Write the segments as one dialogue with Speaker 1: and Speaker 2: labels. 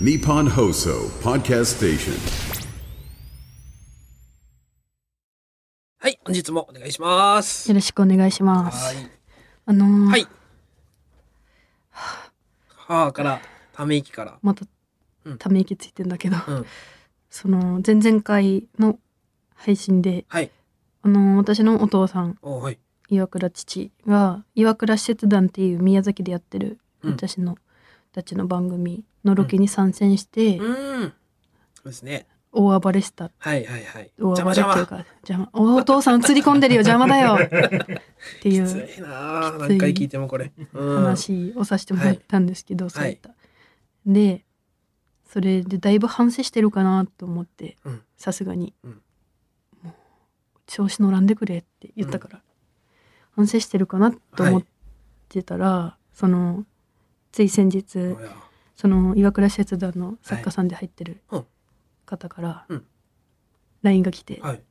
Speaker 1: Nippon Hoso Podcast Station.
Speaker 2: はい、本日もお願いします。
Speaker 3: よろしくお願いします。
Speaker 2: はい。
Speaker 3: あのー
Speaker 2: はい。はあから、ため息から。
Speaker 3: また
Speaker 2: うん
Speaker 3: ため息ついてんだけど、
Speaker 2: うん。
Speaker 3: その前々回の配信で、
Speaker 2: はい。
Speaker 3: あのー私のお父さん
Speaker 2: おはい。
Speaker 3: 岩倉父が岩倉使節団っていう宮崎でやってる
Speaker 2: うん
Speaker 3: 私の、たちの番組のロケに参戦して
Speaker 2: うん。そうですね。
Speaker 3: 大暴れした。
Speaker 2: はいはいはい。
Speaker 3: 大
Speaker 2: 邪魔
Speaker 3: 暴れ
Speaker 2: 邪
Speaker 3: っ
Speaker 2: 魔
Speaker 3: ていう。か邪魔おお父さん釣り込んでるよ邪魔 だよってい
Speaker 2: き
Speaker 3: う
Speaker 2: ついなあ
Speaker 3: きつい
Speaker 2: 何回聞いてもこれ。うん。
Speaker 3: 話をさせてもらったんですけど、そういった、でそれでだいぶ反省してるかなと思って
Speaker 2: うん
Speaker 3: さすがに、
Speaker 2: うん
Speaker 3: もう調子乗らんでくれって言ったから、反省してるかなと思ってたら、そのつい先日、
Speaker 2: おや
Speaker 3: その岩倉使節団の作家さんで入ってる
Speaker 2: はいうん
Speaker 3: 方から
Speaker 2: うん
Speaker 3: LINE が来て、
Speaker 2: はい。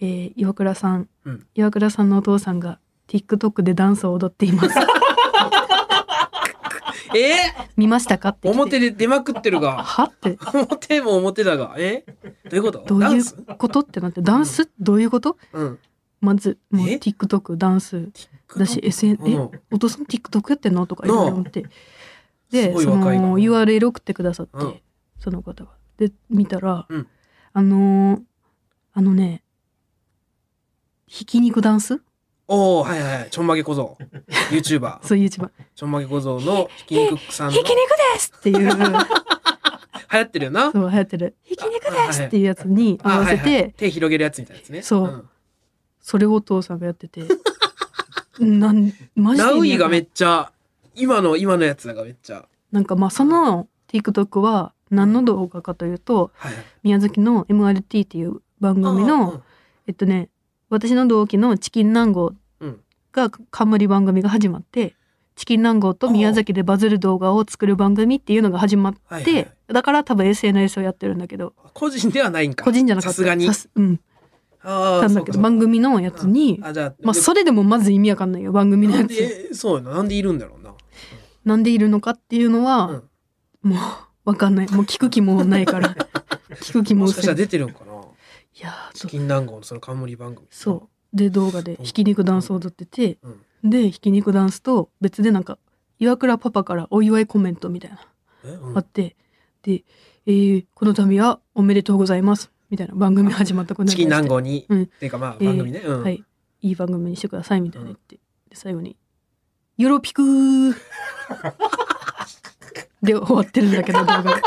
Speaker 3: えー岩倉さん、
Speaker 2: うん
Speaker 3: 岩倉さんのお父さんが TikTok でダンスを踊っています
Speaker 2: え
Speaker 3: 見ましたかって
Speaker 2: ー、
Speaker 3: 来て
Speaker 2: 表で出まくってるが。
Speaker 3: はって
Speaker 2: 表も表だが。えどういうこと
Speaker 3: どう
Speaker 2: ダ
Speaker 3: い
Speaker 2: ン
Speaker 3: う
Speaker 2: ス
Speaker 3: ことってなってダンスどういうこと
Speaker 2: うん。
Speaker 3: まずもう
Speaker 2: え
Speaker 3: TikTok ダンスだし SN
Speaker 2: う
Speaker 3: え
Speaker 2: ん
Speaker 3: お父さん TikTok やってんのとか言思って
Speaker 2: す
Speaker 3: で
Speaker 2: ごい
Speaker 3: そ
Speaker 2: 若いな
Speaker 3: の URL 送ってくださって、
Speaker 2: うん
Speaker 3: その方がで見たら、
Speaker 2: うん
Speaker 3: あのーあのねひき肉ダンス
Speaker 2: おおはいはい。ちょんまげ小僧。YouTuber。
Speaker 3: そういう一番
Speaker 2: ちょんまげ小僧のひき肉さん
Speaker 3: 「
Speaker 2: の
Speaker 3: ひき肉です!」っ ていう
Speaker 2: 流行ってるよな。
Speaker 3: そう流行ってる「ひき肉です!」っていうやつに
Speaker 2: あ
Speaker 3: 合わせて、
Speaker 2: はいはい手広げるやつみたいなやつね。
Speaker 3: そうんそれをお父さんがやっ ててなんマジで
Speaker 2: ナ
Speaker 3: 意味わかん
Speaker 2: ウ
Speaker 3: ない
Speaker 2: イがめっちゃ、今の、今のやつだがめっちゃ。
Speaker 3: なんかまあその TikTok は何の動画かというと
Speaker 2: はいはい。
Speaker 3: 宮崎の MRT っていう番組のえっとね私の同期のチキン南郷
Speaker 2: うん
Speaker 3: が冠番組が始まってチキン南郷と宮崎でバズる動画を作る番組っていうのが始まっ
Speaker 2: うん、はいはいはい
Speaker 3: てだから多分 SNS をやってるんだけど
Speaker 2: 個人ではないんか。
Speaker 3: 個人じゃなかった
Speaker 2: さすがに
Speaker 3: さ。うん
Speaker 2: ああ、
Speaker 3: たん
Speaker 2: そ
Speaker 3: だ
Speaker 2: う
Speaker 3: け
Speaker 2: かそ
Speaker 3: ど
Speaker 2: うか
Speaker 3: 番組のやつに
Speaker 2: あ、じゃあ、
Speaker 3: まあそれでもまず意味わかんないよ番組の
Speaker 2: な
Speaker 3: や
Speaker 2: ん
Speaker 3: つ
Speaker 2: で、そうやな。なんでいるんだろうな。
Speaker 3: なんでいるのかっていうのは
Speaker 2: うん
Speaker 3: もうわかんないもう聞く気もないから 聞く気
Speaker 2: も
Speaker 3: も
Speaker 2: しか
Speaker 3: 薄
Speaker 2: したら
Speaker 3: い
Speaker 2: 出てるんかな。
Speaker 3: いやー
Speaker 2: チ
Speaker 3: そう
Speaker 2: キン南郷のその冠番組。
Speaker 3: そうで動画で
Speaker 2: うん
Speaker 3: ひき肉ダンスを踊ってて
Speaker 2: う。うん。
Speaker 3: でひき肉ダンスと別でなんか岩倉パパからお祝いコメントみたいな
Speaker 2: え、うん
Speaker 3: あってで、えーこの度はおめでとうございます」みたいな番組始まったことに
Speaker 2: チキン南
Speaker 3: 対
Speaker 2: 郷
Speaker 3: して
Speaker 2: に、
Speaker 3: うん
Speaker 2: っていうかまあ
Speaker 3: えー
Speaker 2: 番組ね。うん。
Speaker 3: はいいい番組にしてください」みたいな言ってで最後に「よろぴくー」 で終わってるんだけど動画が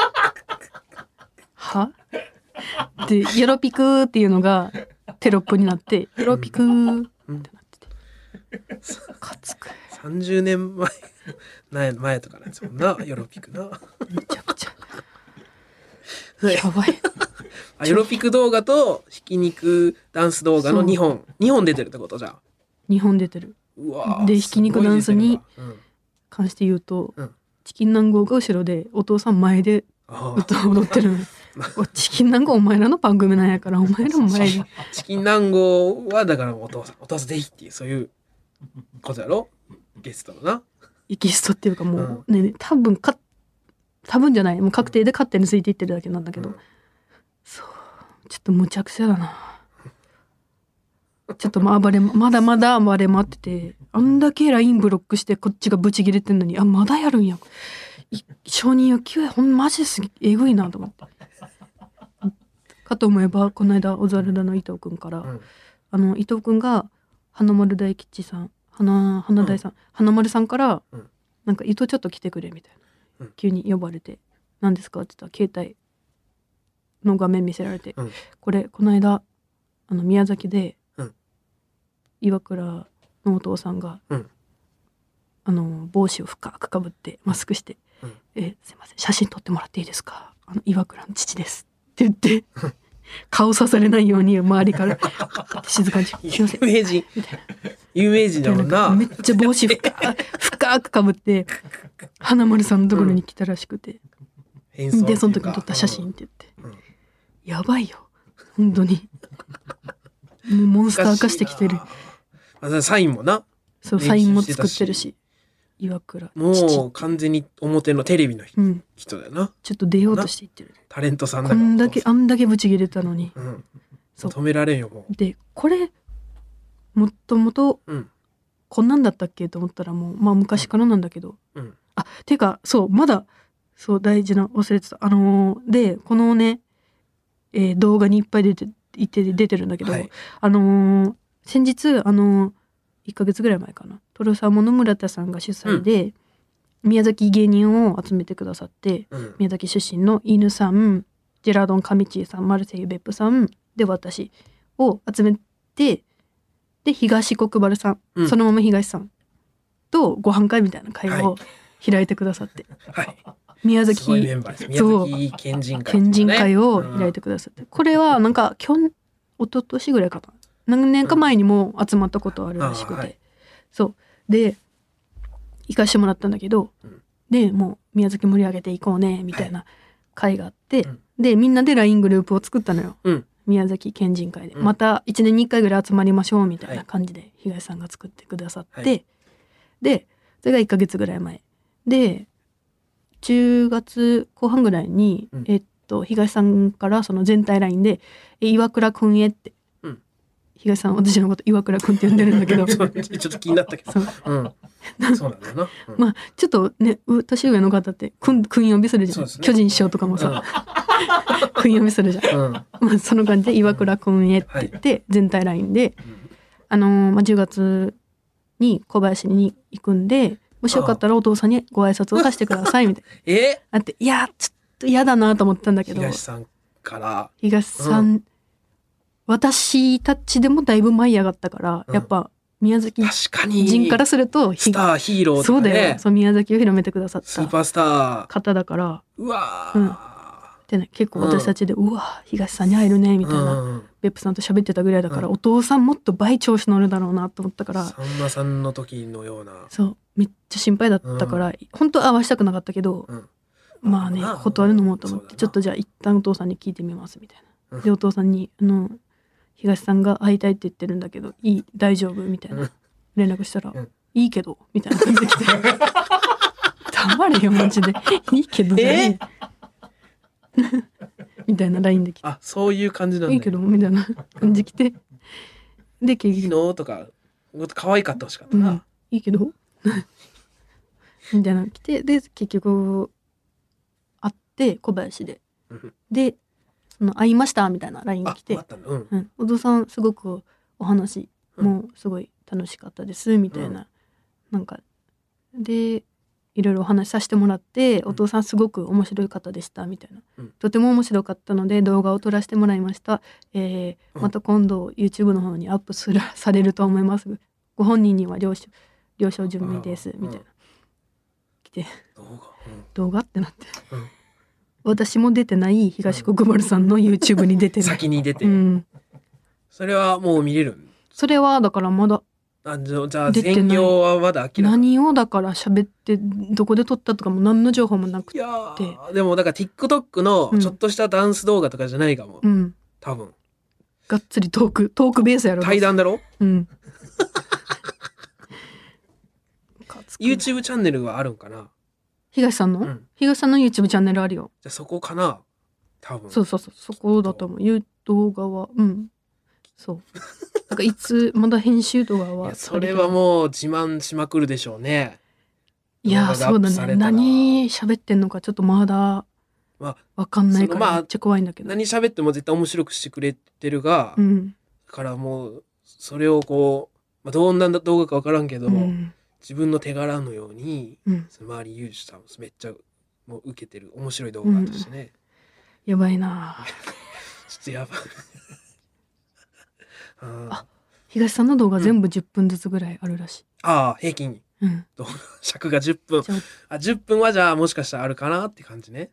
Speaker 3: はで「よろぴくー」っていうのがテロップになって「よろぴくー」
Speaker 2: うん
Speaker 3: ってなっててかつく
Speaker 2: 30年前、 前前とかなんですもんな。ヨロピクな。
Speaker 3: めちゃくちゃやばい
Speaker 2: あヨロピク動画とひき肉ダンス動画の
Speaker 3: そう
Speaker 2: 2本2本出てるってことじゃん
Speaker 3: 日本出てる
Speaker 2: うわー
Speaker 3: でひき肉ダンス
Speaker 2: す
Speaker 3: に
Speaker 2: ごい出てるわうん
Speaker 3: 関して言うと、
Speaker 2: うん
Speaker 3: チキン南郷が後ろでお父さん前で
Speaker 2: あー
Speaker 3: 歌を踊ってるのおチキン南郷お前らの番組なんやからお前らも前で
Speaker 2: チキン南郷はだからお父さんお父さんぜひっていうそういうことやろゲストのな
Speaker 3: エキストっていうかもう、ねね多分か多分じゃないもう確定で勝手についていってるだけなんだけど、
Speaker 2: うん
Speaker 3: そうちょっとむちゃくちゃだなちょっとまあ暴れままだまだ暴れ回っててあんだけラインブロックしてこっちがブチ切れてんのにあまだやるんやい承認欲求ほんマジですげえぐいなと思ってかと思えばこの間オザルダの伊藤君から、
Speaker 2: うん
Speaker 3: あの伊藤君が花丸大吉さん花花大さん、花丸さんから、
Speaker 2: うん
Speaker 3: なんか伊藤ちょっと来てくれみたいな、
Speaker 2: うん
Speaker 3: 急に呼ばれて「何ですか?」って言ったら携帯の画面見せられて「
Speaker 2: うん
Speaker 3: これこの間あの宮崎で、
Speaker 2: うん
Speaker 3: 岩倉のお父さんが、
Speaker 2: うん
Speaker 3: あの帽子を深くかぶってマスクして「
Speaker 2: うん
Speaker 3: えすいません写真撮ってもらっていいですかあの岩倉の父です」って言って。 顔さされないように周りから静かに「すいません」
Speaker 2: 有名人
Speaker 3: みたいな
Speaker 2: 有名人だもんな
Speaker 3: めっちゃ帽子深く深くかぶって花丸さんのところに来たらしくて、
Speaker 2: 変装っていう
Speaker 3: で
Speaker 2: か
Speaker 3: その時に撮った写真って言って、
Speaker 2: うん
Speaker 3: やばいよ本当にもうモンスター化してきてる
Speaker 2: まあそれサインもな
Speaker 3: そう
Speaker 2: 練習
Speaker 3: サインも
Speaker 2: してた
Speaker 3: 作
Speaker 2: し
Speaker 3: ってるし岩倉
Speaker 2: も
Speaker 3: 父
Speaker 2: う完全に表のテレビの人
Speaker 3: うん
Speaker 2: 人だよな。
Speaker 3: ちょっと出ようとして言ってるね
Speaker 2: タレントさんだ
Speaker 3: こ
Speaker 2: から。
Speaker 3: んだけ
Speaker 2: お
Speaker 3: あんだけブチ切れたのに
Speaker 2: 父さんうん。
Speaker 3: そう
Speaker 2: 止められんよ、も
Speaker 3: でこれもともと
Speaker 2: う。うん。
Speaker 3: こんなんだったっけと思ったらもうまあ昔からなんだけど
Speaker 2: うん。
Speaker 3: あてかそうまだそう大事な忘れてたあのーでこのね、えー動画にいっぱい出ていて出てるんだけど、
Speaker 2: はい
Speaker 3: あのー先日あのー1ヶ月ぐらい前かなとろサーモの村田さんが主催で、宮崎芸人を集めてくださって
Speaker 2: うん。
Speaker 3: 宮崎出身の犬さんジェラードン・カミチーさんマルセイユ・ベップさんで私を集めてで東国原さん、
Speaker 2: うん
Speaker 3: そのまま東さんとご飯会みたいな会話を開いてくださって、
Speaker 2: はい。
Speaker 3: 宮
Speaker 2: すごいメ
Speaker 3: 崎
Speaker 2: ンバーです。
Speaker 3: そう
Speaker 2: 宮崎県人会、
Speaker 3: 県人会を開い
Speaker 2: て
Speaker 3: てくださって、これはなんか去年一昨年ぐらいかな何年か前にも集まったことあるらしくて、
Speaker 2: うんあーはい
Speaker 3: そうで行かしてもらったんだけど、
Speaker 2: うん
Speaker 3: でもう宮崎盛り上げていこうねみたいな会があって、
Speaker 2: うん
Speaker 3: でみんなで LINE グループを作ったのよ、
Speaker 2: うん
Speaker 3: 宮崎県人会で、
Speaker 2: うん
Speaker 3: また1年に1回ぐらい集まりましょうみたい
Speaker 2: は
Speaker 3: ない感じで東さんが作ってくださって、
Speaker 2: はい
Speaker 3: でそれが1ヶ月ぐらい前で10月後半ぐらいに、
Speaker 2: うん
Speaker 3: えっと東さんからその全体 LINE で「え岩倉くんへ」って、
Speaker 2: うん
Speaker 3: 東さん私のこと岩倉くんって呼んでるんだけ ど
Speaker 2: ちょっと気になったけど。
Speaker 3: そう
Speaker 2: うん。そうなんだよな。うん
Speaker 3: まあちょっとねう年上の方ってくんくん呼びするじ
Speaker 2: そ
Speaker 3: ゃ、
Speaker 2: うんですね
Speaker 3: 巨人師匠とかもさ、 くん呼びするじゃん。
Speaker 2: うん。うん。
Speaker 3: まあ、その感じで「岩倉くんへ」って言って、全体 LINE で、あのーまあ、10月に小林に行くんでもしよかったらお父さんにご挨拶をさせてくださいみたいな。
Speaker 2: え
Speaker 3: あっていやちょっと嫌だなと思ったんだけど
Speaker 2: 東さんから。
Speaker 3: 東さん、私たちでもだいぶ舞い上がったから、
Speaker 2: うん
Speaker 3: やっぱ宮崎
Speaker 2: 確かに。
Speaker 3: 人からすると
Speaker 2: ス
Speaker 3: ひ
Speaker 2: ター、ヒーローと
Speaker 3: そ
Speaker 2: か
Speaker 3: うだよ
Speaker 2: ね。
Speaker 3: そう宮崎を広めてくださっ
Speaker 2: スー
Speaker 3: た
Speaker 2: パースター。
Speaker 3: 方だから
Speaker 2: うわ
Speaker 3: うん
Speaker 2: ー。
Speaker 3: で、ね、結構私たちで、うわ東さんに会えるねみたいな、
Speaker 2: うん
Speaker 3: 別府さんと喋ってたぐらいだから、
Speaker 2: うん
Speaker 3: お父さんもっと倍調子乗るだろうなと思ったから
Speaker 2: さんまさんの時のような。
Speaker 3: そうめっちゃ心配だったから、本当は会わしたくなかったけど、
Speaker 2: うん
Speaker 3: まあね
Speaker 2: まあ
Speaker 3: 断るのもと思っ
Speaker 2: そうだ
Speaker 3: て
Speaker 2: な
Speaker 3: ちょっとじゃあ一旦お父さんに聞いてみますみたいな、
Speaker 2: うん
Speaker 3: でお父さんに「あの東さんが会いたいって言ってるんだけどいい大丈夫?」みたいな、
Speaker 2: うん
Speaker 3: 連絡したら「
Speaker 2: うん
Speaker 3: いいけど」みたいな感じで来て 「黙れよ マジでいいけどじゃねえ」 みたいな LINE で来て
Speaker 2: あ、そういう感じな
Speaker 3: 「
Speaker 2: んだ。
Speaker 3: いいけど」みたいな感じ来てで結
Speaker 2: いい
Speaker 3: 局
Speaker 2: のとか、もっと可愛かったほしかった
Speaker 3: う
Speaker 2: な。
Speaker 3: ん、いいけどみたいなの来てで結局会って小林で
Speaker 2: うん
Speaker 3: でその会いましたみたいな LINE が
Speaker 2: あ
Speaker 3: 来、て
Speaker 2: あったんだ。うん。
Speaker 3: うん、お父さんすごくお話
Speaker 2: うん
Speaker 3: もすごい楽しかったですみたいな、なんかでいろいろお話しさせてもらって、
Speaker 2: うん
Speaker 3: お父さんすごく面白い方でしたみたいな、
Speaker 2: うん
Speaker 3: とても面白かったので動画を撮らせてもらいました、え
Speaker 2: う
Speaker 3: ー
Speaker 2: ん
Speaker 3: また今度 YouTube の方にアップするされると思いますご本人には了承了承準備です
Speaker 2: うん
Speaker 3: みたいな、来て
Speaker 2: どうか。
Speaker 3: 動画ってなって、
Speaker 2: うん
Speaker 3: 私も出てない東国原さんの YouTube に出
Speaker 2: う
Speaker 3: て
Speaker 2: ん
Speaker 3: る、
Speaker 2: 先に出て
Speaker 3: う。ん、
Speaker 2: それはもう見れるん
Speaker 3: それはだからまだ
Speaker 2: あじゃじゃあ
Speaker 3: 出てない
Speaker 2: 全容はまだ明らか
Speaker 3: 何をだから喋ってどこで撮ったとかも何の情報もなく
Speaker 2: い
Speaker 3: て
Speaker 2: やーでもだから TikTok の
Speaker 3: うん
Speaker 2: ちょっとしたダンス動画とかじゃないかも、
Speaker 3: うん
Speaker 2: 多分
Speaker 3: がっつりトークトークベースやろ
Speaker 2: 対談だろ
Speaker 3: うん かつく
Speaker 2: YouTube チャンネルはあるんかな
Speaker 3: 東さんの、
Speaker 2: うん
Speaker 3: 東さんの YouTube チャンネルあるよ、
Speaker 2: じゃあそこかな多分
Speaker 3: そうそうそうそこだと思うゆ動画はうんそうなんか いつまだ編集動画
Speaker 2: い
Speaker 3: は
Speaker 2: やそれはもう自慢しまくるでしょうね
Speaker 3: いや
Speaker 2: 動
Speaker 3: ー
Speaker 2: 画がア
Speaker 3: そう
Speaker 2: ップさ
Speaker 3: だ
Speaker 2: れ
Speaker 3: ね
Speaker 2: たら
Speaker 3: 何喋ってんのかちょっとまだ
Speaker 2: まあ
Speaker 3: わかんない
Speaker 2: そ
Speaker 3: か
Speaker 2: のま
Speaker 3: ら
Speaker 2: あ
Speaker 3: めっちゃ怖いんだけど、
Speaker 2: 何喋っても絶対面白くしてくれてるが、
Speaker 3: う
Speaker 2: だ
Speaker 3: ん、
Speaker 2: からもうそれをこう、まあ、どんな動画か分からんけど、
Speaker 3: うん
Speaker 2: 自分の手柄のように
Speaker 3: うん、
Speaker 2: その周りユージさんめっちゃもう受けてる面白い動画としてね、
Speaker 3: やばいなー
Speaker 2: ちょっとやばい。あ
Speaker 3: 東さんの動画全部10分ずつぐらいあるらしい。
Speaker 2: あー、平均
Speaker 3: うん、
Speaker 2: 動画尺が10分
Speaker 3: じゃ。
Speaker 2: あ、10分はじゃあもしかしたらあるかなって感じね。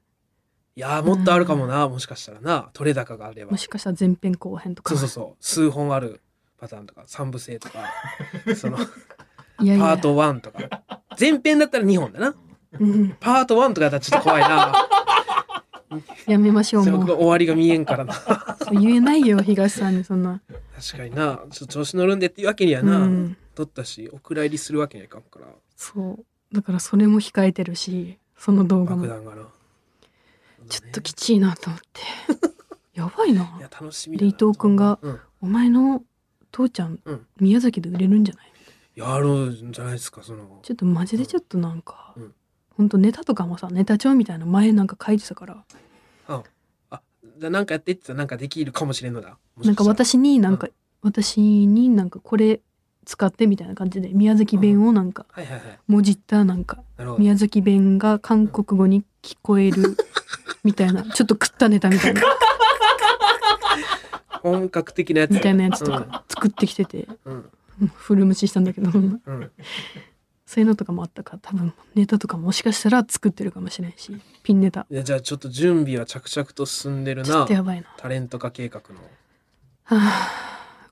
Speaker 2: いやー、もっとあるかもな、もしかしたらな。取れ高があれば
Speaker 3: も。しかしたら前編後編と
Speaker 2: そ
Speaker 3: か
Speaker 2: うそうそう。数本あるパターンとか、三部制と か、その、
Speaker 3: いやいや
Speaker 2: パート1とか。前編だったら2本だな。
Speaker 3: うん、
Speaker 2: パート1とかだったらちょっと怖いな。
Speaker 3: やめましょう
Speaker 2: それ
Speaker 3: も
Speaker 2: 僕
Speaker 3: う
Speaker 2: が終わりが見えんからな。確
Speaker 3: そう言えないよ東さんにそんな、
Speaker 2: かにな。ちょっと調子乗るんでっていうわけには
Speaker 3: う
Speaker 2: な。
Speaker 3: ん、
Speaker 2: 取ったし、お蔵入りするわけにはいかんから。
Speaker 3: そうだからそれも控えてるしその動画
Speaker 2: 爆
Speaker 3: も
Speaker 2: 弾がな
Speaker 3: ちょっときちいなと思って やばいない
Speaker 2: や楽しみだ
Speaker 3: で
Speaker 2: な
Speaker 3: 伊藤君が
Speaker 2: うん
Speaker 3: 「お前の父ちゃん、
Speaker 2: うん
Speaker 3: 宮崎で売れるんじゃない?
Speaker 2: やるんじゃないですかその」
Speaker 3: ちょっとマジでちょっとなんか、
Speaker 2: うん
Speaker 3: ほんとネタとかもさネタ帳みたいな前なんか書いてたから
Speaker 2: ああじゃあなんかやってって言ったらなんかできるかもしれんのだもし
Speaker 3: なん
Speaker 2: か
Speaker 3: か
Speaker 2: したら
Speaker 3: 私になんか、私になんかこれ使ってみたいな感じで宮崎弁をなんか
Speaker 2: はいはいはい
Speaker 3: もじったなんか
Speaker 2: なるほど
Speaker 3: 宮崎弁が韓国語に聞こえるみたいなちょっと食ったネタみたいな
Speaker 2: 本格的なやつ
Speaker 3: みたいなやつとか作ってきてて
Speaker 2: うん
Speaker 3: うん古虫したんだけど
Speaker 2: うんうん
Speaker 3: そういうのとかもあったから多分ネタとかもしかしたら作ってるかもしれないしピンネタ
Speaker 2: いやじゃあちょっと準備は着々と進んでる
Speaker 3: ちょっ
Speaker 2: な
Speaker 3: とやばいな
Speaker 2: タレント化計画の
Speaker 3: はあ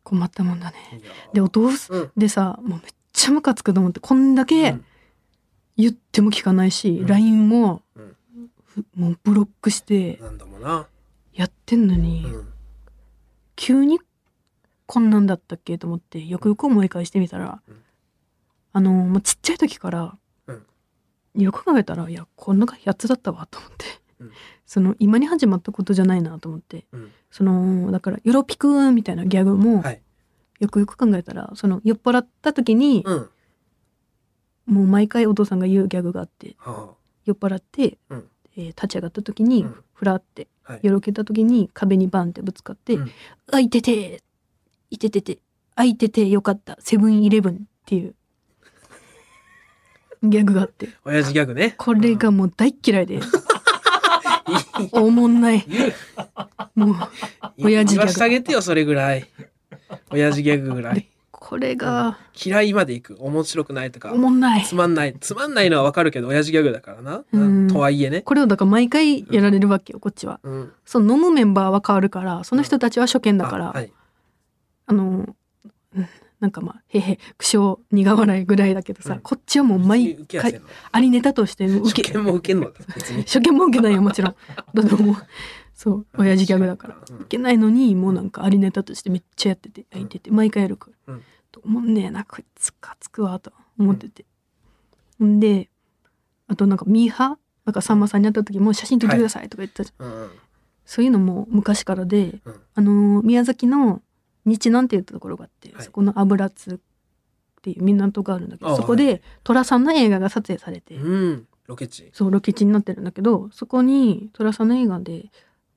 Speaker 3: 困ったもんだね
Speaker 2: いや
Speaker 3: でお父さん
Speaker 2: うん
Speaker 3: でさもうめっちゃムカつくと思ってこんだけ
Speaker 2: うん
Speaker 3: 言っても聞かないし、
Speaker 2: うん
Speaker 3: LINE も、
Speaker 2: うん
Speaker 3: ふもうブロックして
Speaker 2: 何度もな
Speaker 3: やってんの
Speaker 2: う
Speaker 3: に、
Speaker 2: ん
Speaker 3: 急にこんなんだったっけと思ってよくよく思い返してみたら、
Speaker 2: うん
Speaker 3: あのもうちっちゃい時から、
Speaker 2: うん
Speaker 3: よく考えたらいやこんなやつだったわと思って、
Speaker 2: うん
Speaker 3: その今に始まったことじゃないなと思って
Speaker 2: うん
Speaker 3: そのだから「よろぴくん」みたいなギャグも、
Speaker 2: はい
Speaker 3: よくよく考えたらその酔っ払った時に、
Speaker 2: うんは
Speaker 3: もう毎回お父さんが言うギャグがあって
Speaker 2: あ
Speaker 3: 酔っ払って、
Speaker 2: うん
Speaker 3: えー立ち上がった時に、
Speaker 2: うん
Speaker 3: ふらって
Speaker 2: はい
Speaker 3: よろけた時に壁にバンってぶつかって「
Speaker 2: うん
Speaker 3: あいてていてててあいててよかったセブンイレブン」っていう ギャグがあって
Speaker 2: 親父ギャグね
Speaker 3: これがもう大っ嫌いで、おもんない
Speaker 2: 言う
Speaker 3: もう 親父ギ
Speaker 2: 言
Speaker 3: ャグ
Speaker 2: わしてあげてよそれぐらい親父ギャグぐらい
Speaker 3: これが
Speaker 2: 嫌いまでいく面白くないとか
Speaker 3: おもんない
Speaker 2: つまんないつまんないのはわかるけど親父ギャグだからな、
Speaker 3: うん
Speaker 2: とはいえね
Speaker 3: これをだから毎回やられるわけよこっちは
Speaker 2: うん
Speaker 3: その飲むメンバーは変わるからその人たちは初見だから、
Speaker 2: あはい
Speaker 3: あの、うんなんかまあ、へへ、苦笑、苦笑いぐらいだけどさ、
Speaker 2: うん
Speaker 3: こっちはもう毎
Speaker 2: 受けやすい
Speaker 3: 回
Speaker 2: の、
Speaker 3: ありネタとして受
Speaker 2: 受
Speaker 3: け、
Speaker 2: 験も受けんの別に
Speaker 3: 初見も受けないよ、もちろん。だってもう、そう、 親父ギャグだから。
Speaker 2: うん
Speaker 3: 受けないのに、もうなんかありネタとしてめっちゃやってて、やってて、毎回やるから。
Speaker 2: うん
Speaker 3: と思うねえな、こいつかつくわ、と思ってて。んで、あとなんかミーハーなんかさんまさんに会った時も写真撮ってくださいとか言ったじゃん。
Speaker 2: うんうん
Speaker 3: そういうのも昔からで、
Speaker 2: うん
Speaker 3: あのー宮崎の日南っていうところがあって、
Speaker 2: はい
Speaker 3: そこの油津っていう港があるんだけ
Speaker 2: あ
Speaker 3: ど
Speaker 2: あ
Speaker 3: そこで寅さんの映画が撮影されて、
Speaker 2: うんロケ地
Speaker 3: そうロケ地になってるんだけどそこに寅さんの映画で